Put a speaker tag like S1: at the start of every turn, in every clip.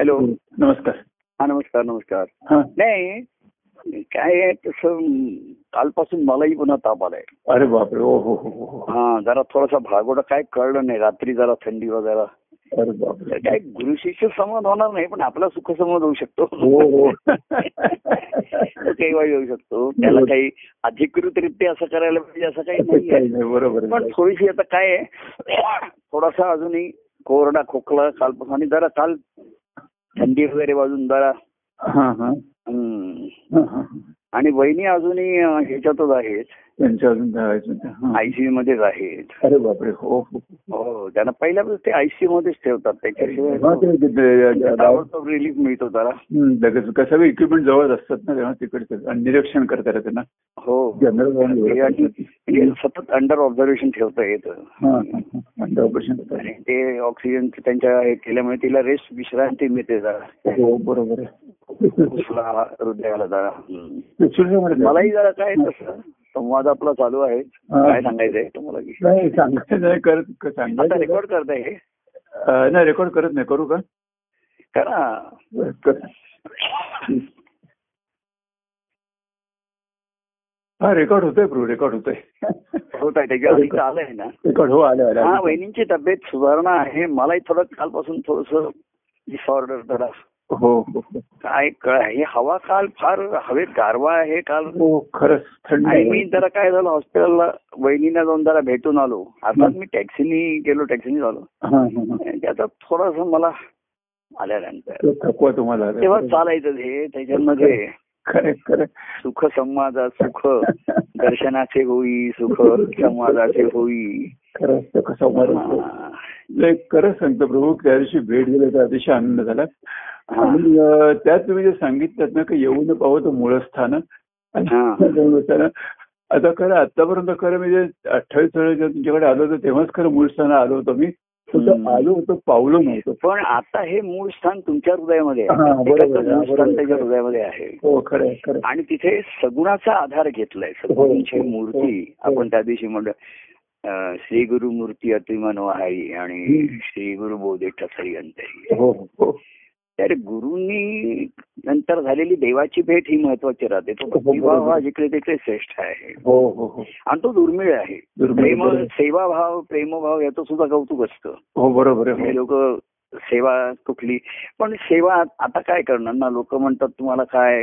S1: Hello
S2: नमस्कार
S1: हा नमस्कार नमस्कार
S2: हा
S1: नाही काय आहे तसं कालपासून मलाही पुन्हा ताप आलाय
S2: अरे बापरे ओ हो हो हो, हो.
S1: हा जरा थोडासा भागोडा काय कळलं नाही रात्री जरा थंडी वगैरे
S2: अरे
S1: तर
S2: बापरे
S1: काय गुरु शिष्य संवाद होणार नाही पण आपला सुख संवाद होऊ शकतो
S2: हो हो
S1: तो काही वाईट होऊ शकतो त्याला
S2: हो.
S1: काही अधिकृतरित्या असं करायला पाहिजे असं काही
S2: काही
S1: नाहीये
S2: नाही, बरोबर
S1: पण
S2: आहे.
S1: थोडीशी आता काय आहे थोडासा अजूनही कोरडा खोकला कालपासून आणि जरा काल थंडी वगैरे वाजून जरा
S2: हा हा
S1: हम्म.
S2: हा, हा.
S1: आणि वहिनी अजूनही अं, ह्याच्यातच आहेत
S2: त्यांच्या अजून जायचं ते. हा.
S1: आयसीयू मध्येच आहेत
S2: अरे बापारे हो हो
S1: हो त्यांना पहिल्यापासून ते आयसीयू मध्येच ठेवतात त्याच्याशिवाय
S2: हा, ते- ते- ते-
S1: त्यांना ताबडतोब रिलीफ मिळतो जरा
S2: हम्म, लगेच का सगळे इक्विपमेंट जवळ असतात ना तेव्हा तिकडे आणि निरीक्षण करता येतं ना
S1: हो
S2: जनरल आणि
S1: ते आणि- आणि सतत अंडर ऑब्झर्वेशन ठेवता येतं
S2: हा, हा, हा. आणि ऑपरेशन करता
S1: आणि ते ऑक्सिजन त्यांच्या हे केल्यामुळे तिला रेस्ट विश्रांती मिळते जरा
S2: येतं. हो बरोबर आहे
S1: फुफ्फुसाला, हृदयाला जरा हम्म.
S2: सुरेश म्हणाले,
S1: मलाही जरा काय तसं संवाद आपला चालू आहे
S2: हा.
S1: काय सांगायचंय तुम्हाला की
S2: नाही सांगायचं नाही करत सांगायचं
S1: आता रेकॉर्ड करताय हे
S2: अं, नाही रेकॉर्ड करत नाही करू का
S1: करा
S2: बरं, कर. हा रेकॉर्ड होतोय प्रू रेकॉर्ड होतोय
S1: होत आहे त्याच्या आधी आलंय ना
S2: रेकॉर्ड हो आलं आलं
S1: हा
S2: आलं.
S1: वहिनींची तब्येत सुधारणा आहे मलाही थोडं कालपासून थोडस डिसऑर्डर जरा
S2: हो हो हो.
S1: काय कळ हे हवा काल फार हवेत गारवा आहे काल
S2: हो खरंच थंड
S1: आणि मी जरा काय झालं हॉस्पिटलला वहिनीला जाऊन जरा भेटून आलो अर्थात मी टॅक्सीनी गेलो टॅक्सीनी झालो
S2: हा, हा, हा.
S1: त्याचा थोडासा मला आल्यानंतर
S2: तो थकवा तुम्हाला
S1: तेव्हा चालायचं हे त्याच्यामध्ये
S2: खरे खरे
S1: सुख संवादा सुख दर्शनाचे होई सुख संवादाचे होई
S2: खरंच तो कसा उभा राहतो.
S1: हा.
S2: नाही खरंच सांगतो प्रभू त्या दिवशी भेट दिली तर अतिशय आनंद झाला
S1: हा.
S2: आणि अं, त्यात तुम्ही जे सांगितलं ना की येऊ न पाहू तो मूळस्थान
S1: हा.
S2: आणि आता खरं आतापर्यंत खरं म्हणजे अठ्ठावीस वेळा जेव्हा तुमच्याकडे आलो होतो तेव्हाच खरं मूळस्थान आलो होतो मी
S1: हम्म.
S2: तसं आलो होतो पावलो नव्हतो
S1: पण आता हे मूळ स्थान तुमच्या हृदयामध्ये आहे
S2: हा, बरोबर आहे,
S1: एकाचं मूळ स्थान
S2: बरोबर.
S1: त्याच्या हृदयामध्ये आहे
S2: हो खरं आहे, खरं आहे.
S1: आणि तिथे सगुणाचा आधार घेतलाय सगुणांची
S2: हो, हो,
S1: मूर्ती
S2: हो.
S1: आपण त्या दिवशी म्हणलं अं, श्री गुरु मूर्ती अतिमनोहारी आणि
S2: हम्म.
S1: श्री गुरु बोधे ठसरी अंतरी
S2: हो हो
S1: तर गुरुंनी नंतर झालेली देवाची भेट ही महत्वाची राहते तो
S2: हो, बरोबर.
S1: भक्तिभाव हा जिकडे तिकडे श्रेष्ठ आहे
S2: हो हो हो
S1: आणि तो दुर्मिळ आहे
S2: दुर्मिळ,
S1: प्रेम
S2: बरोबर.
S1: सेवाभाव प्रेमभाव याचं सुद्धा कौतुक असतं
S2: हो बरोबर आहे
S1: हे
S2: हो.
S1: लोक सेवा कुठली पण सेवा आता काय करणार ना लोक म्हणतात तुम्हाला काय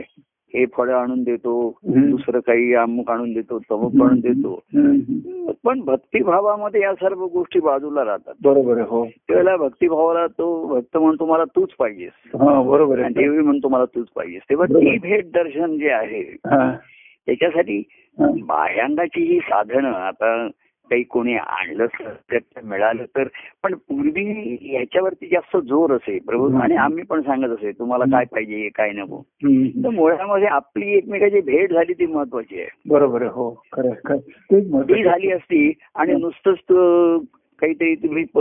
S1: हे फळ आणून देतो
S2: हम्म.
S1: दुसरं काही अमुक आणून देतो तमुक आणून देतो
S2: हम्म.
S1: पण भक्तिभावामध्ये या सर्व गोष्टी बाजूला राहतात
S2: बरोबर आहे हो
S1: त्यावेळेला भक्तिभावाला तो भक्त म्हणतो मला तूच पाहिजेस
S2: हा बरोबर
S1: आणि
S2: आहे
S1: देवी म्हणतो मला तूच पाहिजेस तेव्हा ती भेट दर्शन जे आहे
S2: हा,
S1: त्याच्यासाठी
S2: हा.
S1: बाह्यांगाची ही साधनं आता काही कोणी आणलं तर त्यात मिळालं तर पण पूर्वी याच्यावरती जास्त जोर असे प्रभू
S2: हम्म.
S1: आणि आम्ही पण सांगत असे तुम्हाला काय पाहिजे काय नको तर
S2: हम्म.
S1: मुळामध्ये आपली एकमेकाची भेट झाली ती महत्वाची आहे
S2: बरोबर आहे हो खरं आहे, खरं आहे. तेच
S1: ती
S2: महत्वाचं आहे.
S1: झाली असती आणि नुसतंच तो काहीतरी तुम्ही प-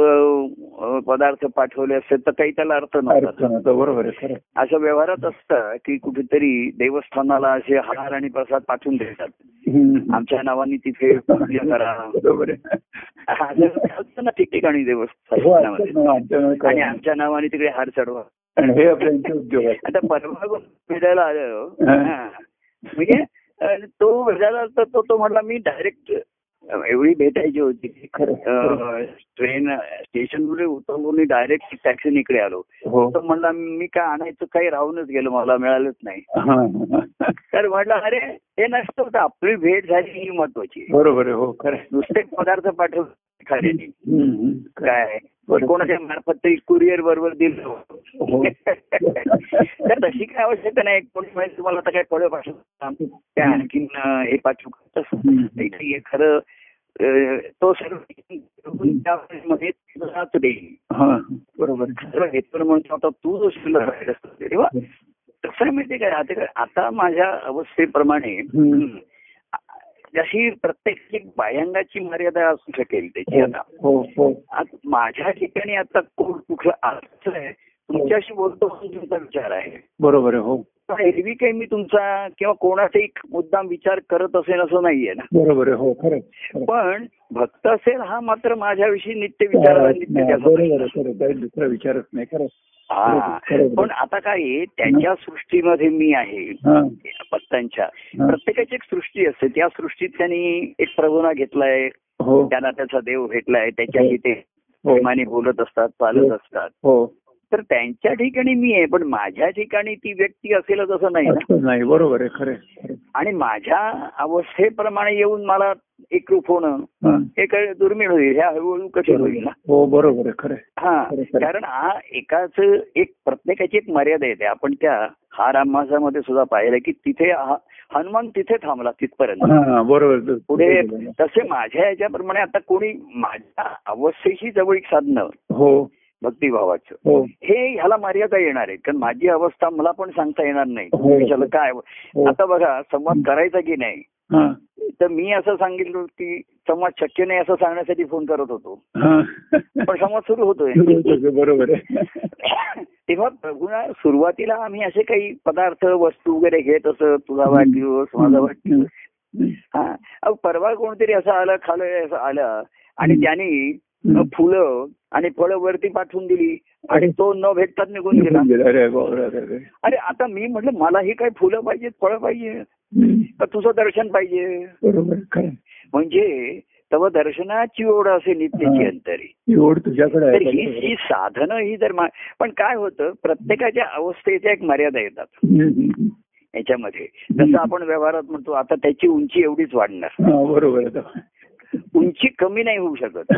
S1: अं पदार्थ पाठवले असते तर काही त्याला अर्थ नव्हता
S2: अडचण होतं, बरोबर आहे खरं आहे.
S1: असं व्यवहारात असतं की कुठेतरी देवस्थानाला असे हार आणि प्रसाद पाठवून देतात
S2: हम्म.
S1: आमच्या नावाने तिथे पूजा करा
S2: बरोबर आहे
S1: असं असतं ना ठिकठिकाणी
S2: हो, असतात
S1: देवस्थानामध्ये
S2: ना, आमच्या
S1: आणि
S2: नावाने करा.
S1: आमच्या नावाने तिकडे हार चढवा
S2: आणि हे आपल्या इथे उद्योग आहे
S1: आता परवा भेटायला आलो
S2: हो. हा.
S1: हा. म्हणजे अं, तो भेटायला आला तर तो तो म्हटला मी डायरेक्ट एवढी भेटायची होती
S2: खरं आहे, खरं आहे.
S1: ट्रेन स्टेशन मध्ये उतरलो डायरेक्ट टॅक्सीने इकडे आलो
S2: हो
S1: तो म्हणला मी काय आणायचं काही राहूनच गेलो मला मिळालंच नाही
S2: हा, हा.
S1: तर म्हटलं अरे हे नसतं होतं. आपली भेट झाली ही महत्वाची
S2: बरोबर आहे हो खरं आहे.
S1: नुसते पदार्थ पाठव खाण्याने
S2: हम्म, हम्म, खरं आहे.
S1: काय
S2: बरोबर.
S1: कोणाच्या मार्फत तरी कुरिअर बरोबर दिलं
S2: हो.
S1: तर तशी काय आवश्यकता नाही कोणी म्हणजे तुम्हाला आता काय फळं पाठवू का? काय आणखीन अं, हे पाठवू का? तसं
S2: हम्म.
S1: काही नाहीये. खरं अं, तो सर्व त्यामध्ये तुलाच देईल
S2: हा बरोबर आहे.
S1: खरं हेतून म्हणतो आता तू जो शिल्लक राहिलास तो देवा कसं आहे माहितीये काय आता काय- आता माझ्या अवस्थेप्रमाणे
S2: हम्म.
S1: जशी प्रत्येकाची बाह्यांगाची मर्यादा असू शकेल त्याची आता
S2: हो हो
S1: आज माझ्या ठिकाणी आता कोण कुठला अर्थ आहे तुमच्याशी बोलतो म्हणून तुमचा विचार आहे
S2: बरोबर आहे हो
S1: आता एरवी काही मी तुमचा किंवा कोणाचाही मुद्दाम विचार करत असेल असं नाहीये ना
S2: बरोबर आहे हो खरं आहे, खरं आहे.
S1: पण भक्त असेल हा मात्र माझ्याविषयी नित्य विचाराला नित्य त्याचा
S2: बरोबर
S1: प्रश्न
S2: आहे,
S1: असतो.
S2: खरं आहे. काही दुसरा विचारच नाही खरं आहे.
S1: हा.
S2: बरोबर.
S1: पण आता काय आहे, त्याच्या सृष्टीमध्ये मी आहे
S2: हा,
S1: भक्तांच्या
S2: हा.
S1: प्रत्येकाची एक सृष्टी असते त्या सृष्टीत त्यांनी एक प्रभुना घेतलाय
S2: हो
S1: त्यांना त्याचा देव भेटलाय त्याच्याशी ते
S2: हो
S1: प्रेमाने बोलत असतात चालत
S2: हो.
S1: असतात
S2: हो
S1: तर त्यांच्या ठिकाणी मी आहे पण माझ्या ठिकाणी ती व्यक्ती असेलच असं नाही ना
S2: असं नाही बरोबर आहे खरं आहे, खरं आहे.
S1: आणि माझ्या अवस्थेप्रमाणे येऊन मला एकरूप होणं
S2: हा.
S1: हे काय दुर्मिळ होईल ह्या हळूहळू कठीण होईल ना
S2: हो बरोबर आहे खरं आहे.
S1: हा
S2: खरं, खरं.
S1: कारण हा एकाच एक प्रत्येकाची एक मर्यादा येते आपण त्या हा रामासामध्ये सुद्धा पाहिलं की तिथे हा- हनुमान तिथे थांबला तिथपर्यंत
S2: हा बरोबर
S1: पुढे तसे माझ्या याच्याप्रमाणे आता कोणी माझ्या अवस्थेशी जवळीक साधणं
S2: हो
S1: भक्तिभावाचं
S2: हो
S1: हे ह्याला मर्यादा येणार आहे कारण माझी अवस्था मला पण सांगता येणार नाही
S2: हो.
S1: पुरुषाला काय
S2: हो
S1: आता बघा संवाद करायचा की नाही
S2: हा
S1: तर मी असं सांगितलं की संवाद शक्य नाही असं सांगण्यासाठी फोन करत होतो
S2: हा
S1: पण संवाद सुरू होतोय
S2: बरोबर आहे
S1: तेव्हा प्रभूला सुरुवातीला आम्ही असे काही पदार्थ वस्तू वगैरे घेत असत तुझा वाढदिवस माझा वाढदिवस हा अहो, परवा कोणतरी असं आलं खालं असं आलं आणि
S2: हम्म.
S1: त्याने
S2: हम्म.
S1: फुलं आणि फळं वरती पाठवून दिली आणि तो न भेटतात निघून गेला
S2: अरे बापरे, अरे, अरे.
S1: अरे आता मी म्हटलं मला ही काय फुलं पाहिजेत फळं पाहिजे
S2: हम्म.
S1: का तुझं दर्शन पाहिजे
S2: बरोबर आहे, खरं आहे.
S1: म्हणजे तव दर्शनाची ओढ असे नित्याची अंतरी
S2: ही ओढ तुझ्याकडे
S1: तर
S2: आहे
S1: ही ही साधनं ही जर मा- पण काय होतं प्रत्येकाच्या अवस्थेच्या एक मर्यादा येतात
S2: हम्म, हम्म.
S1: याच्यामध्ये जसं आपण व्यवहारात म्हणतो आता त्याची उंची एवढीच वाढणार
S2: हा, बरोबर आहे तो.
S1: उंची कमी नाही होऊ शकत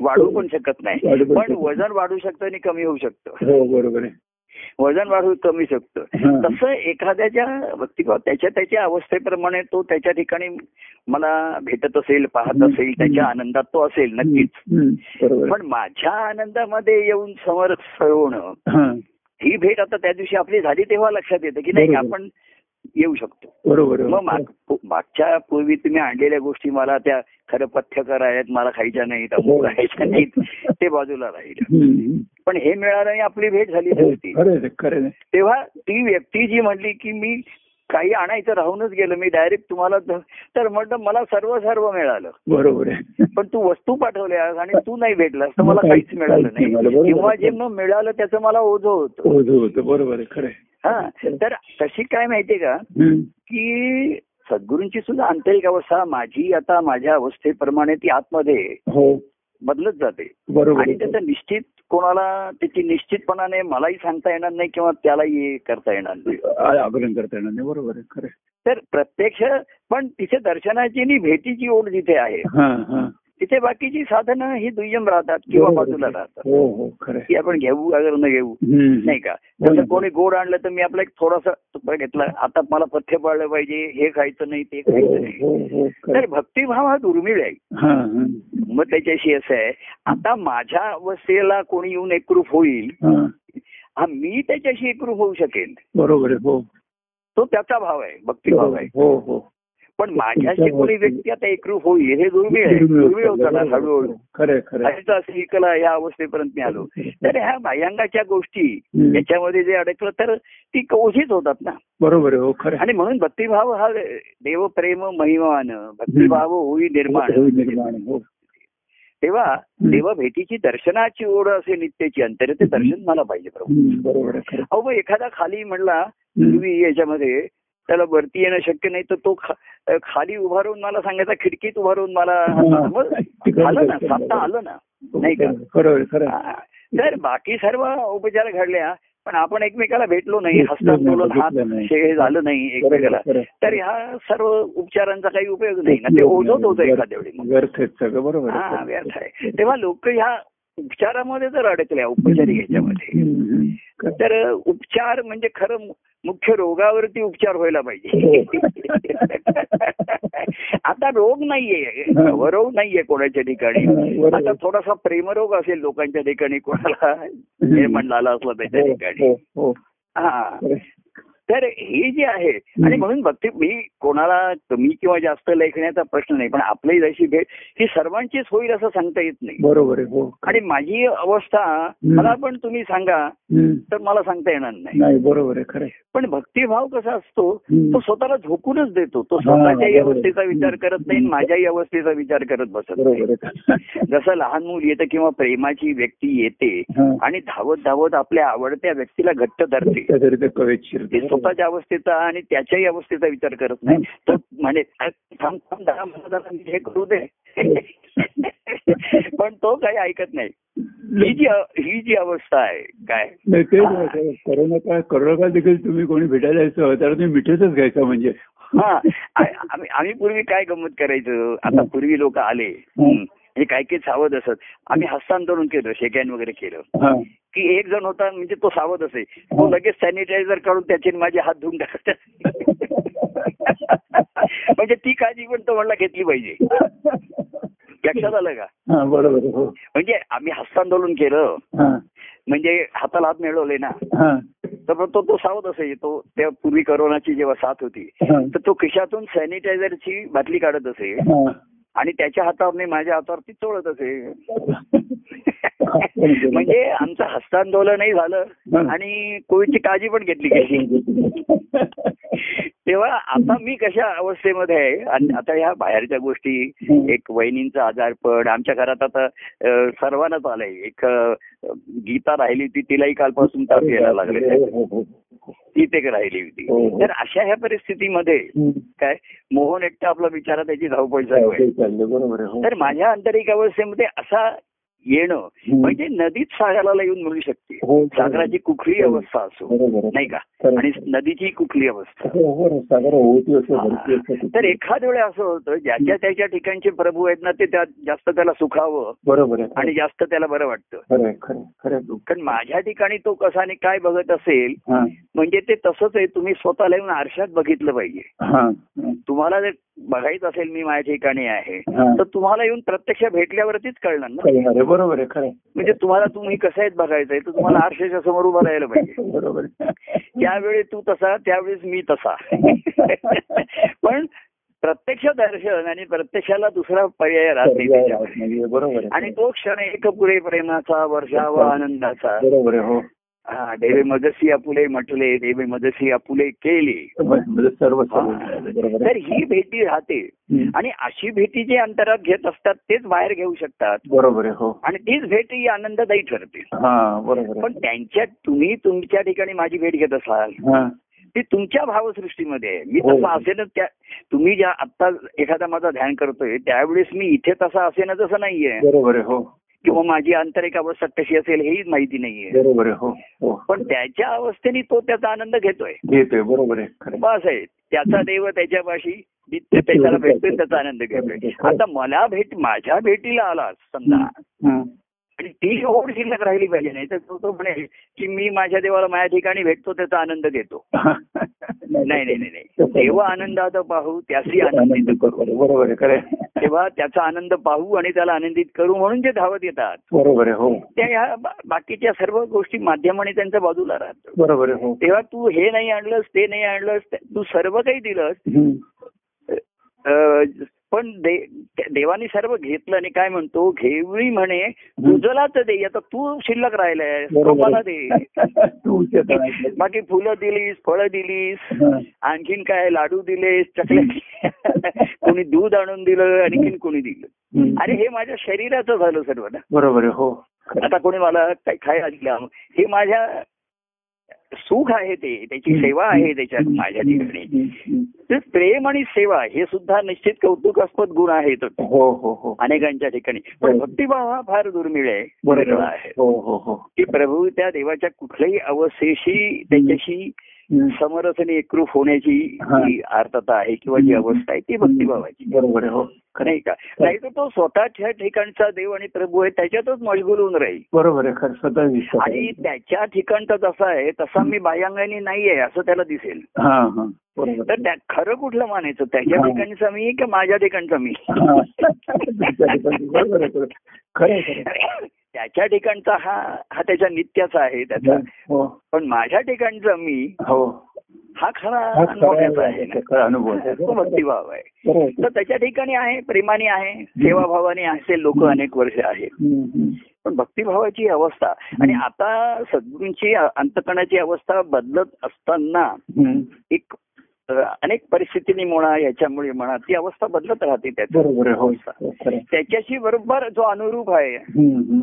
S1: वाढू पण शकत नाही
S2: वाढू पण
S1: पण
S2: शकत
S1: वजन वाढू शकतं आणि कमी होऊ शकतं
S2: हो बरोबर आहे
S1: वजन वाढू कमी शकतं
S2: हा.
S1: तसं एखाद्याच्या व्यक्तिभाव त्याच्या त्याच्या अवस्थेप्रमाणे तो त्याच्या ठिकाणी मला भेटत असेल पाहत
S2: हम्म.
S1: असेल त्याच्या आनंदात तो असेल नक्कीच
S2: हम्म, बरोबर
S1: पण माझ्या आनंदामध्ये येऊन समर होणं
S2: हा,
S1: ही भेट आता त्या दिवशी आपली झाली तेव्हा लक्षात येतं की नाही
S2: बरोबर.
S1: आपण येऊ शकतो
S2: बरोबर
S1: मग
S2: आहे.
S1: माग- पु- मागच्या पूर्वी तुम्ही आणलेल्या गोष्टी मला त्या खरं पथ्य करायत मला खायच्या नाहीत अमुक
S2: हो.
S1: खायच्या नाहीत ते बाजूला राहिलं
S2: हम्म.
S1: पण हे मिळालं आणि आपली भेट झाली
S2: हो,
S1: नसती
S2: खरं आहे, खरं आहे.
S1: तेव्हा ती व्यक्ती जी म्हणली की मी काही आणायचं राहूनच गेलो मी डायरेक्ट तुम्हाला ध- तर म्हटलं मला सर्व सर्व मिळालं
S2: बरोबर आहे
S1: पण तू वस्तू पाठवल्यास आणि तू नाही भेटलास तर
S2: मग
S1: मला
S2: काहीच-
S1: काहीच मिळालं
S2: काहीच नाही मिळालं,
S1: नाही
S2: बरोबर.
S1: किंवा जे मग मिळालं त्याचं मला ओझं होतं
S2: हो, हो, हो, बरोबर आहे खरं आहे.
S1: हा तर तशी काय माहितीये का
S2: हम्म.
S1: की सद्गुरूंची सुद्धा आंतरिक अवस्था माझी आता माझ्या अवस्थेप्रमाणे ती आतमध्ये
S2: हो
S1: बदलत जाते
S2: बरोबर
S1: आणि
S2: आहे.
S1: त्याचा निश्चित कोणाला त्याची निश्चितपणाने मलाही सांगता येणार नाही किंवा त्यालाही करता येणार नाही
S2: आ- आग्रहण करता येणार नाही बरोबर आहे खरं आहे.
S1: तर प्रत्यक्ष पण तिथे दर्शनाची आणि भेटीची ओढ जिथे आहे
S2: हा हा
S1: तिथे बाकीची साधनं ही दुय्यम राहतात किंवा
S2: बरोबर आहे.
S1: बाजूला राहतात
S2: हो हो खरं आहे.
S1: ती आपण घेऊ अगर न घेऊ
S2: हम्म, हम्म.
S1: नाही का
S2: बरोबर.
S1: जसं कोणी गोड आणलं तर मी आपला एक थोडासा तुकडा घेतला आता मला पथ्य पाळलं पाहिजे हे खायचं नाही ते
S2: हो,
S1: खायचं नाही
S2: हो, हो, खरं
S1: तर
S2: आहे.
S1: भक्तिभाव हा दुर्मिळ आहे
S2: हा, हा.
S1: मग त्याच्याशी असं आहे आता माझ्या अवस्थेला कोणी येऊन एकरूप होईल
S2: हा,
S1: हा मी त्याच्याशी एकरूप होऊ शकेल
S2: बरोबर आहे हो
S1: तो त्याचा भाव आहे भक्तिभाव आहे
S2: हो हो
S1: पण माझ्याशी कोणी व्यक्ती आता एकरूप होईल हे दुर्मिळ आहे दुर्मिळ होत जाणार हळूहळू
S2: खरं आहे, खरं आहे.
S1: अशी तर अशी कला या अवस्थेपर्यंत मी आलो तर ह्या बाह्यांगाच्या गोष्टी
S2: हम्म.
S1: याच्यामध्ये जे अडकलं तर ती कौशित होतात ना
S2: बरोबर आहे हो खरं आहे.
S1: आणि म्हणून भक्तिभाव हा देवप्रेम महिमान भक्तिभाव होई
S2: हो,
S1: निर्माण
S2: निर्माण हो
S1: तेव्हा देवभेटीची दर्शनाची ओढ असे नित्याची अंतर ते दर्शन मला पाहिजे प्रभू
S2: हम्म, बरोबर आहे खरं आहे.
S1: अहो मग एखादा खाली म्हणला
S2: हम्म.
S1: पूर्वी याच्यामध्ये त्याला वरती येणं शक्य नाही तर तो खा- अ, खाली उभा राहून मला सांगायचा खिडकीत उभा राहून मला
S2: हा.
S1: मग आलं ना साधता आलं ना नाही का?
S2: खरं आहे, खरं आहे.
S1: हा. तर बाकी सर्व उपचार घडल्या पण आपण एकमेकाला भेटलो नाही
S2: भेटलो
S1: हस्तांदोलन
S2: नाही,
S1: हात
S2: भेटलो नाही.
S1: हे झालं नाही
S2: बरोबर
S1: एकमेकाला
S2: आहे, खरं आहे.
S1: तर ह्या सर्व उपचारांचा काही उपयोग नाही ना ते ओझत होतं एखाद्या वेळी मग
S2: व्यर्थ आहे सगळं बरोबर आहे.
S1: हा व्यर्थ आहे तेव्हा लोक ह्या उपचारामध्ये जर अडकल्या उपचारी याच्यामध्ये
S2: हम्म, हम्म. खरं.
S1: तर उपचार म्हणजे खरं मु- मुख्य रोगावरती उपचार व्हायला पाहिजे आता रोग नाहीये रोग नाहीये कोणाच्या ठिकाणी
S2: बरोबर.
S1: आता थोडासा प्रेमरोग असेल लोकांच्या ठिकाणी कोणाला निर्माण झाला असला त्याच्या ठिकाणी
S2: हो, हो,
S1: हा
S2: खरं आहे.
S1: तर हे जे आहे आणि म्हणून भक्ती मी कोणाला कमी किंवा जास्त लेखण्याचा प्रश्न नाही पण आपली जशी भेट ही सर्वांचीच होईल असं सांगता येत नाही
S2: बरोबर आहे हो
S1: आणि माझी अवस्था मला पण तुम्ही सांगा
S2: हम्म.
S1: तर मला सांगता येणार नाही
S2: नाही बरोबर आहे खरं आहे.
S1: पण भक्तिभाव कसा असतो
S2: हम्म.
S1: तो स्वतःला झोकूनच देतो तो
S2: हा,
S1: स्वतःच्याही
S2: बरोबर.
S1: अवस्थेचा विचार करत नाही आणि माझ्याही अवस्थेचा विचार करत बसत नाही
S2: बरोबर आहे
S1: जसं लहान मूल येतं किंवा प्रेमाची व्यक्ती येते
S2: हा.
S1: आणि धावत धावत आपल्या आवडत्या व्यक्तीला घट्ट धरते
S2: तरी ते कवेत शिरते.
S1: ते स्वतःच्या अवस्थेचा आणि त्याच्याही अवस्थेचा विचार करत नाही तो म्हणे थांब थांब जरा मला जरा मी हे करू दे पण तो काही ऐकत नाही ही जी ही जी अवस्था आहे काय
S2: नाही तेच आहे, तेच आहे. करोना काळ करोना काळ देखील तुम्ही कोणी भेटायला यायचं तर तुम्ही मिठेतच घ्यायचा म्हणजे
S1: हा आ- आम्ही आम्ही पूर्वी काय गमत करायचं आता पूर्वी लोक आले हं. म्हणजे काय काही सावध असत आम्ही हस्तांतरण केलं शेकॅन वगैरे केलं
S2: हा.
S1: की एक जण होता म्हणजे तो सावध असे तो लगेच सॅनिटायझर काढून त्याचे माझे हात धुवून टाकतात म्हणजे ती काळजी पण तो म्हणला घेतली पाहिजे लक्षात आलं का
S2: हा बरोबर आहे, हो
S1: म्हणजे आम्ही हस्तांदोलन केलं
S2: हा
S1: म्हणजे हाताला हात मिळवले ना
S2: हा
S1: तर मग तो तो सावध असे तो त्या पूर्वी करोनाची जेव्हा साथ होती
S2: हा
S1: तर तो खिशातून सॅनिटायझरची बाटली काढत असे
S2: हा.
S1: आणि त्याच्या हातावर नाही माझ्या हातावर ती चोळत असे म्हणजे आमचं हस्तांदोलनही झालं आणि कोविडची काळजी पण घेतली गेली तेव्हा आता मी कशा अवस्थेमध्ये आहे आणि आता ह्या बाहेरच्या गोष्टी एक वहिनींचं आजारपण आमच्या घरात आता अ, सर्वांनाच आलंय एक अ, गीता राहिली होती तिलाही कालपासून ताप यायला लागले
S2: हो, हो, हो.
S1: ती ते राहिली होती
S2: हो, हो.
S1: तर अशा ह्या परिस्थितीमध्ये
S2: हम्म.
S1: काय मोहन एकटा आपला विचारा त्याची धावपळ चालू आहे
S2: चालतंय, चालतंय, बरोबर आहे, हो.
S1: तर माझ्या आंतरिक अवस्थेमध्ये असा येणं
S2: हम्म.
S1: म्हणजे नदीच सागराला येऊन मिळू शकते
S2: हो, बरोबर.
S1: सागराची कुठली अवस्था असो
S2: बरोबर आहे.
S1: नाही का
S2: खरं.
S1: आणि नदीची कुठली अवस्था
S2: हो, हो, हो, सागर ओळखी असते, भरती असते.
S1: हा. तर एखाद वेळा असं होतं ज्याच्या त्याच्या ठिकाणचे प्रभू आहेत ना ते त्या जास्त त्याला सुखावं
S2: बरोबर आहे
S1: आणि जास्त त्याला बरं वाटतं
S2: खरं आहे, खरं आहे, खरं आहे.
S1: कारण माझ्या ठिकाणी तो कसा आणि काय बघत असेल
S2: हा
S1: म्हणजे ते तसंच आहे तुम्ही स्वतःला येऊन आरशात बघितलं पाहिजे
S2: हा हा.
S1: तुम्हाला जर बघायचं असेल मी माझ्या ठिकाणी आहे
S2: हा.
S1: तर तुम्हाला येऊन प्रत्यक्ष भेटल्यावरतीच कळणार ना
S2: कळणार आहे, बरोबर आहे खरं आहे.
S1: म्हणजे तुम्हाला तुम्ही कसं आहेत बघायचंय तर तुम्हाला आरशाच्या समोर उभं राहायला पाहिजे
S2: बरोबर
S1: त्यावेळी तू तसा त्यावेळेस मी तसा पण प्रत्यक्ष दर्शन आणि प्रत्यक्षाला दुसरा पर्याय राहत नाही
S2: पर्याय
S1: त्याच्यामध्ये.
S2: राहत नाहीये, म्हणजे बरोबर आहे
S1: आणि तो क्षण एक पुरे प्रेमाचा वर्षावा आनंदाचा
S2: बरोबर आहे हो
S1: हा, देवे मदसी आपुले म्हटले देवे मदसी आपुले केले
S2: म्हणजे सर्व सर्व बरोबर
S1: तर
S2: आहे.
S1: ही भेटी राहते
S2: हम्म.
S1: आणि अशी भेटी जे अंतरात घेत असतात तेच बाहेर घेऊ शकतात
S2: बरोबर आहे हो
S1: आणि तीच भेट ही आनंददायी ठरते
S2: हा बरोबर
S1: पण
S2: आहे
S1: त्यांच्या तुम्ही तुमच्या ठिकाणी माझी भेट घेत असाल
S2: हा
S1: ती तुमच्या भावसृष्टीमध्ये आहे मी
S2: हो.
S1: तसा असेनच त्या तुम्ही ज्या आता एखादा माझा ध्यान करतोय त्यावेळेस मी इथे तसा असेनच असं नाहीये
S2: बरोबर आहे हो
S1: किंवा माझी आंतरिक अवस्था कशी असेल हेही माहिती नाहीये
S2: बरोबर आहे हो हो
S1: पण त्याच्या अवस्थेने तो त्याचा आनंद घेतोय
S2: घेतोय बरोबर आहे खरं
S1: बस आहे त्याचा देव त्याच्यापाशी नित्य त्याच्याला भेटतोय त्याचा आनंद घेतोय आता मला भेट माझ्या भेटीला आला समजा
S2: हा.
S1: आणि ती ओढ शिल्लक राहिली पाहिजे नाही तर तो तो म्हणेल की मी माझ्या देवाला माझ्या ठिकाणी भेटतो त्याचा आनंद घेतो नाही नाही नाही नाही देव आनंदात पाहू त्याशी आनंदित करू
S2: बरोबर आहे खरं आहे.
S1: तेव्हा त्याचा आनंद पाहू आणि त्याला आनंदित करू म्हणून जे धावत येतात
S2: बरोबर आहे हो
S1: त्या ह्या बा- बाकीच्या सर्व गोष्टी माध्यमाने त्यांच्या बाजूला राहतो
S2: बरोबर आहे हो
S1: तेव्हा तू हे नाही आणलंस ते नाही आणलंस ते- तू सर्व काही दिलंस
S2: हम्म.
S1: अं, पण दे- त्या- देवाने सर्व घेतलं आणि काय म्हणतो घेवळी म्हणे तुझलाच दे आता तू शिल्लक राहिलाय
S2: बरोबर
S1: रोपाला दे
S2: आहे. तू उच्चता नाही.
S1: बाकी फुलं दिलीस फळं दिलीस
S2: हा.
S1: आणखीन काय लाडू दिले चकल्या कोणी दूध आणून दिलं आणखीन कोणी दिलं
S2: हम्म.
S1: अरे हे माझ्या शरीराचं झालं सर्व ना
S2: बरोबर आहे हो खरं आहे.
S1: आता कोणी मला काही खायला दिलं हे माझ्या सुख आहे ते त्याची सेवा आहे त्याच्यात माझ्या ठिकाणी
S2: हम्म.
S1: तर प्रेम आणि सेवा हे सुद्धा निश्चित कौतुकास्पद गुण आहेत
S2: हो हो हो
S1: अनेकांच्या ठिकाणी पण भक्तिभाव हा फार दुर्मिळ आहे विरळ
S2: बरोबर
S1: आहे
S2: हो हो हो
S1: की प्रभू त्या देवाच्या कुठल्याही अवस्थेशी त्याच्याशी
S2: हम्म.
S1: समरसने एकरूप होण्याची
S2: हा.
S1: जी आर्थता आहे किंवा जी अवस्था आहे ती भक्तिभावाची
S2: बरोबर आहे हो खरं
S1: नाही
S2: आहे.
S1: का नाही
S2: हो.
S1: तर तो स्वतःच्या ठिकाणचा देव आणि प्रभू आहे त्याच्यातच मशगूल होऊन राहील
S2: बरोबर आहे खरं स्वतः विश्वास आहे.
S1: आणि त्याच्या ठिकाणचा जसा आहे तसा मी बाह्यांगाने नाहीये असं त्याला दिसेल
S2: हा हा बरोबर
S1: तर त्या खरं कुठलं मानायचं त्याच्या
S2: हा.
S1: ठिकाणचा मी की माझ्या ठिकाणचा मी
S2: हा. तुमच्या ठिकाणी. बरोबर आहे खरं आहे. खरं आहे, खरं आहे.
S1: त्याच्या ठिकाणचा हा हा त्याच्या नित्याचा आहे त्याचा
S2: हो
S1: पण माझ्या ठिकाणचा मी
S2: हो
S1: हा खरा
S2: हा खरा
S1: अनुभवाचा आहे
S2: आहे, खरा अनुभव
S1: ना.
S2: आहे.
S1: तो भक्तिभाव आहे
S2: बरोबर आहे.
S1: तर त्याच्या ठिकाणी आहे प्रेमाने आहे सेवाभावाने असे लोक अनेक वर्ष आहेत
S2: हम्म, हम्म.
S1: पण भक्तिभावाची अवस्था आणि आता सद्गुरूंची अ- अंतकणाची अवस्था बदलत असताना
S2: हम्म.
S1: एक अ, अनेक परिस्थितीने म्हणा याच्यामुळे म्हणा ती अवस्था बदलत राहते त्याची
S2: बरोबर आहे हो
S1: अवस्था
S2: हो, खरं आहे.
S1: त्याच्याशी बरोबर जो अनुरूप आहे
S2: हम्म, हम्म.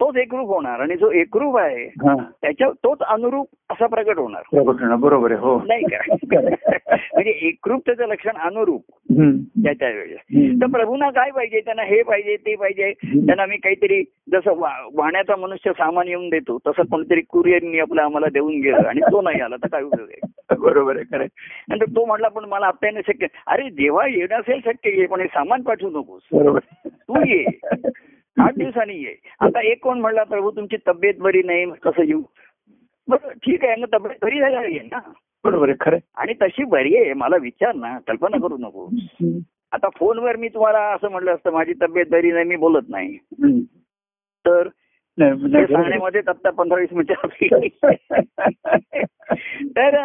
S1: तोच एकरूप होणार आणि जो एकरूप आहे
S2: हा
S1: त्याच्या तोच अनुरूप असा प्रगट होणार
S2: प्रकट होणार. बरोबर आहे हो
S1: नाही का
S2: खरं आहे.
S1: म्हणजे एकरूप त्याचं लक्षण अनुरूप
S2: हम्म.
S1: त्याच्या वेळेस
S2: हम्म.
S1: तर प्रभूंना काय पाहिजे त्यांना हे पाहिजे ते पाहिजे त्यांना मी काहीतरी जसं वा- वाहण्याचा मनुष्य सामान येऊन देतो तसं कोणतरी कुरिअरनी आपलं आम्हाला देऊन गेलं आणि तो नाही आला तर काय उपयोग आहे
S2: बरोबर आहे खरं आहे.
S1: नंतर तो म्हटला पण मला आता येणं शक्य नाही. अरे जेव्हा येणं असेल शक्य ये पण हे सामान पाठवू नकोस
S2: बरोबर
S1: तू ये आठ दिवसांनी ये आता एक कोण म्हणला प्रभू तुमची तब्येत बरी नाही मग कसं येऊ बरं ठीक आहे मग तब्येत बरी झाली आहे ना
S2: बरोबर आहे खरं आहे.
S1: आणि तशी बरी आहे मला विचार ना कल्पना करू नको
S2: हम्म.
S1: आता फोनवर मी तुम्हाला असं म्हटलं असतं माझी तब्येत बरी नाही मी बोलत नाही
S2: हम्म.
S1: तर
S2: नाही,
S1: ते
S2: नाही, बरोबर आहे.
S1: सांगण्यामध्ये तत्ता पंधरा वीस मिनिटं लागली. तर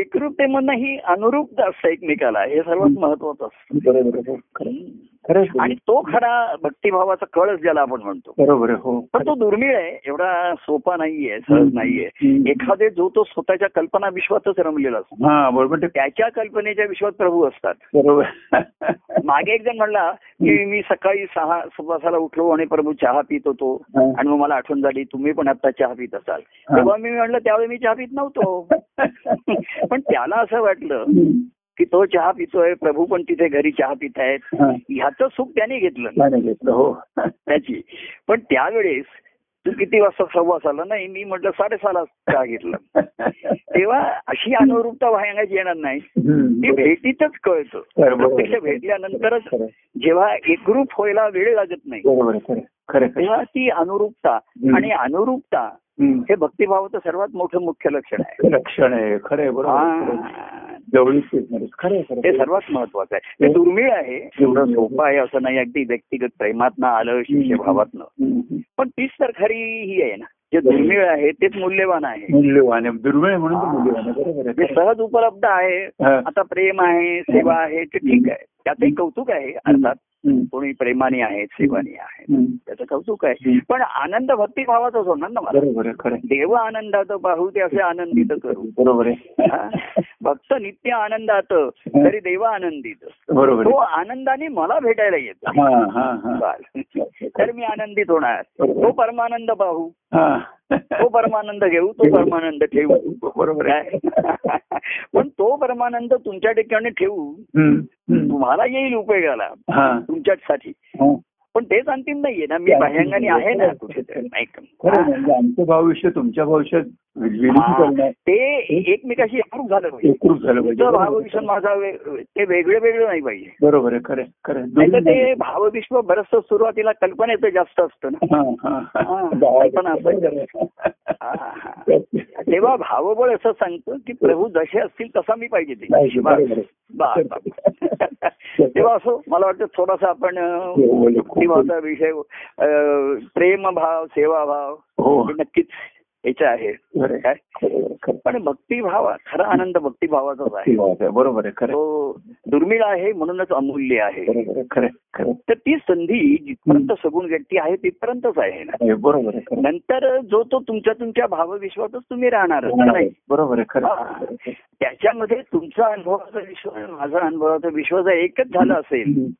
S1: एकरूपतेमधनं ही अनुरूप असतं एकमेकाला हे सर्वात महत्वाचं असतं
S2: बरोबर आहे, हो, खरं आहे. खरं आहे.
S1: आणि तो खरा भक्तिभावाचा कळच ज्याला आपण म्हणतो
S2: बरोबर आहे हो
S1: पण तो दुर्मिळ आहे एवढा सोपा नाहीये सहज नाहीये
S2: हम्म.
S1: एखादे जो तो स्वतःच्या कल्पना विश्वातच रमलेला असतो
S2: हा बरोबर ते
S1: त्याच्या कल्पनेच्या विश्वात प्रभू असतात
S2: बरोबर
S1: मागे एक जण म्हणला की मी सकाळी सहा सुवासाला उठलो आणि प्रभू चहा पित होतो
S2: हा.
S1: आणि मग मला आठवण झाली तुम्ही पण आता चहा पित असाल तेव्हा मी म्हणलं त्यावेळी मी चहा पित नव्हतो पण त्याला असं वाटलं
S2: हम्म.
S1: की तो चहा पितोय प्रभू पण तिथे घरी चहा पित आहेत
S2: हा.
S1: ह्याचं सुख त्याने घेतलं
S2: नाही घेतलं हो
S1: त्याची पण त्यावेळेस तू किती वाजता सव्वा आला नाही मी म्हटलं साडेसहाला चहा घेतला तेव्हा अशी अनुरूपता वाहण्यात येणार नाही ती
S2: हम्म.
S1: भेटीतच कळतं
S2: बरोबर.
S1: प्रत्यक्ष भेटल्यानंतरच
S2: खरं आहे.
S1: जेव्हा एकरूप व्हायला वेळ लागत नाही
S2: बरोबर आहे, खरं आहे. खरं आहे, खरं
S1: तेव्हा ती अनुरूपता
S2: हम्म.
S1: आणि अनुरूपता
S2: आहे. हम्म.
S1: हे भक्तिभावाचं सर्वात मोठं मुख्य लक्षण आहे
S2: लक्षण आहे खरं आहे बरोबर आहे, खरं आहे.
S1: हा.
S2: जवळीक आहे, खरं आहे, खरं आहे, खरं
S1: हे
S2: आहे.
S1: सर्वात महत्वाचं आहे ते दुर्मिळ आहे एवढं सोपं आहे असं नाही अगदी व्यक्तिगत प्रेमातनं आलं शिष्यभावातनं
S2: हम्म.
S1: पण तीच तर खरी ही आहे ना जे दुर्मिळ आहे तेच मूल्यवान आहे
S2: मूल्यवान आहे दुर्मिळ आहे म्हणून तर मूल्यवान आहे बरोबर
S1: जे
S2: आहे खरं
S1: सहज उपलब्ध आहे
S2: आहे. हा.
S1: आता प्रेम आहे सेवा आहे ते ठीक आहे त्यातही कौतुक आहे अर्थात
S2: हम्म.
S1: कोणी प्रेमाने आहेत सेवाने आहेत
S2: हम्म.
S1: त्याचं कौतुक आहे पण आनंद भक्तिभावाचाच होणार ना मला
S2: बरोबर आहे खरं आहे.
S1: देव आनंदात पाहू ते असे आनंदित करू
S2: बरोबर
S1: हा?
S2: आहे
S1: भक्त नित्य आनंदात तरी देव आनंदित
S2: बरोबर
S1: तो
S2: आहे
S1: आनंदाने मला भेटायला येतो
S2: हा हा हा
S1: बाल. तर मी आनंदित होणार
S2: बरोबर.
S1: तो परमानंद पाहू
S2: हा
S1: तो परमानंद घेऊ तो परमानंद ठेवू
S2: बरोबर आहे
S1: काय? पण तो परमानंद तुमच्या ठिकाणी ठेवू
S2: हम्म, हम्म.
S1: तुम्हाला येईल उपयोगाला
S2: हा
S1: तुमच्यासाठी
S2: हा.
S1: पण तेच अंतिम नाहीये ना मी बाह्यांगाने आहे ना कुठेतरी नाही का?
S2: खरं आहे, म्हणजे आमचं भविष्य तुमच्या भविष्यात विलीन
S1: हा.
S2: करणं
S1: ते एकमेकाशी एकरूप झालं पाहिजे
S2: एकरूप झालं पाहिजे
S1: तुझं
S2: बरोबर
S1: भावविश्व
S2: आहे.
S1: माझा वे- ते वेगळं वेगळं नाही पाहिजे
S2: बरोबर आहे खरं आहे, खरं आहे.
S1: नाहीतर
S2: दुर्मिळ आहे.
S1: ते भावविश्व बरंच सुरुवातीला कल्पनेचं जास्त असतं ना
S2: हा, हा, हा.
S1: हा,
S2: बरोबर
S1: कल्पना
S2: आहे.
S1: असायची.
S2: बरोबर
S1: हा, हा.
S2: आहे.
S1: तेव्हा भावबळ असं सांगतं की प्रभू जसे असतील तसा मी पाहिजे ते
S2: पाहिजे,
S1: बस,
S2: बरोबर आहे.
S1: बस, बस. तेव्हा असं मला वाटतं थोडासा आपण अं,
S2: हो, बोलू, खूप बोलू.
S1: भक्तिभावाचा विषय अं, प्रेमभाव सेवाभाव
S2: हो
S1: हे नक्कीच याचं आहे
S2: खरं आहे,
S1: काय
S2: खरं आहे, खरं आहे.
S1: पण भक्तिभाव हा खरा आनंद भक्तिभावाचाच आहे
S2: ती बाब आहे, बरोबर आहे खरं आहे.
S1: तो दुर्मिळ आहे म्हणूनच अमूल्य आहे
S2: बरोबर आहे खरं आहे, खरं आहे.
S1: तर ती संधी जिथपर्यंत सगुण व्यक्ती आहे तिथपर्यंतच आहे ना
S2: खरं आहे, बरोबर आहे खरं आहे.
S1: नंतर जो तो तुमच्या तुमच्या भावविश्वातच तुम्ही राहणार नाही
S2: बरोबर आहे खरं
S1: हा.
S2: आहे, खरं आहे.
S1: त्याच्यामध्ये तुमचा अनुभवाचा विश्वास आणि माझा अनुभवाचा विश्वास जर एकच झाला असेल
S2: हम्म.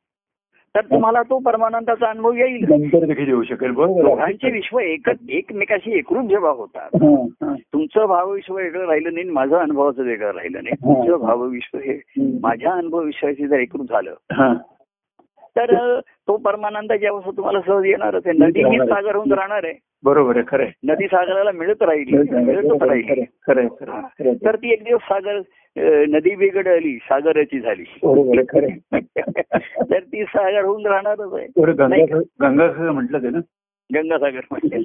S1: तर तुम्हाला तो परमानंदाचा अनुभव येईल
S2: नंतर देखील येऊ शकेल
S1: हो.
S2: बरोबर आहे.
S1: दोघांचे विश्व एकच एकमेकाशी एकरूप जेव्हा होतात
S2: हा, हा.
S1: तुमचं भावविश्व वेगळं राहिलं नाही आणि माझं अनुभवाचं वेगळं राहिलं नाही
S2: हा.
S1: तुमचं भावविश्व हे
S2: हम्म.
S1: माझ्या अनुभव विश्वाशी जर एकरूप झालं
S2: हा.
S1: तर अ, तो परमानंद जेव्हा तुम्हाला सहज हो. येणारच आहे नदी ही सागर होऊन राहणार आहे
S2: बरोबर आहे खरं आहे.
S1: नदी सागराला मिळत हो, राहिली मिळतच
S2: खरं आहे,
S1: राहिली
S2: खरं आहे, खरं आहे, खरं आहे, खरं आहे.
S1: तर ती एक दिवस सागर अ, नदी बिघडली सागराची झाली
S2: बरोबर आहे, खरं आहे.
S1: तर ती सागर होऊन राहणारच आहे
S2: बरं,
S1: नाही का?
S2: गंगासागर गंगासागर म्हटलं ते ना
S1: गंगासागर म्हणजे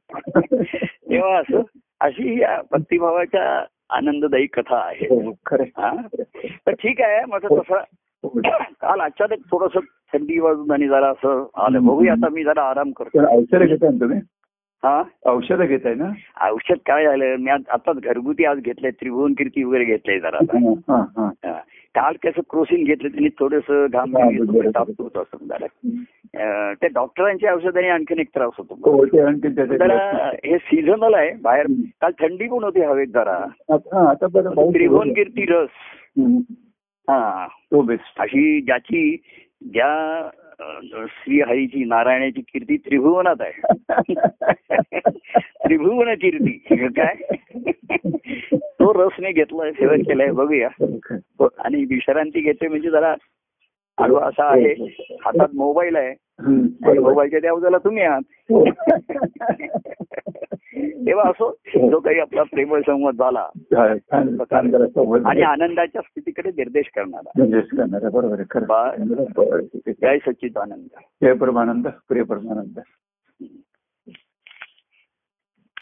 S1: तेव्हा असं अशी ही या भक्तिभावाच्या आनंददायी कथा आहे
S2: हो, खरं आहे.
S1: हा? तर ठीक आहे माझं तसा
S2: हो.
S1: काल अचानक थोडस थंडी वाजून आणि जरा असं आलं बघूया आता मी जरा आराम करतो
S2: तर अवसर घेता ना तुम्ही
S1: हा
S2: औषधं घेत आहे ना
S1: औषध काय झालं मी आज- आताच घरगुती आज घेतलंय त्रिभुवन कीर्ती वगैरे घेतलंय जरा आता.
S2: हा, हा.
S1: हा. काल कसं क्रोसिन घेतलं त्यांनी थोडस घाम
S2: हा,
S1: घेतलं,
S2: बरोबर.
S1: ताप होत असं म्हणाला. अं, त्या डॉक्टरांच्या औषधाने आणखीन एक त्रास होतो
S2: हो, ते आणखी त्याच्यात-
S1: जरा हे सीझनल आहे बाहेर
S2: हम्म.
S1: काल थंडी पण होती हवेत जरा
S2: आता हा, आता बरं
S1: त्रिभुवन कीर्ती रस
S2: हम्म.
S1: हा
S2: तो बेस्ट
S1: अशी ज्याची ज्या अं, श्रीहरीची नारायणाची कीर्ती त्रिभुवनात आहे त्रिभुवन कीर्ती हे काय तो रस मी घेतलाय सेवन केलंय बघूया आणि विश्रांती घेते म्हणजे जरा आलो असा आहे हातात मोबाईल आहे आणि मोबाईलच्या त्या उजाला तुम्ही आहात तेव्हा असो जो काही आपला प्रेमळ संवाद झाला आणि आनंदाच्या स्थितीकडे निर्देश करणारा
S2: करणार बरोबर आहे खरं
S1: बा-
S2: बरोबर आहे.
S1: जय सच्चिदानंद
S2: जय परमानंद प्रिय परमानंद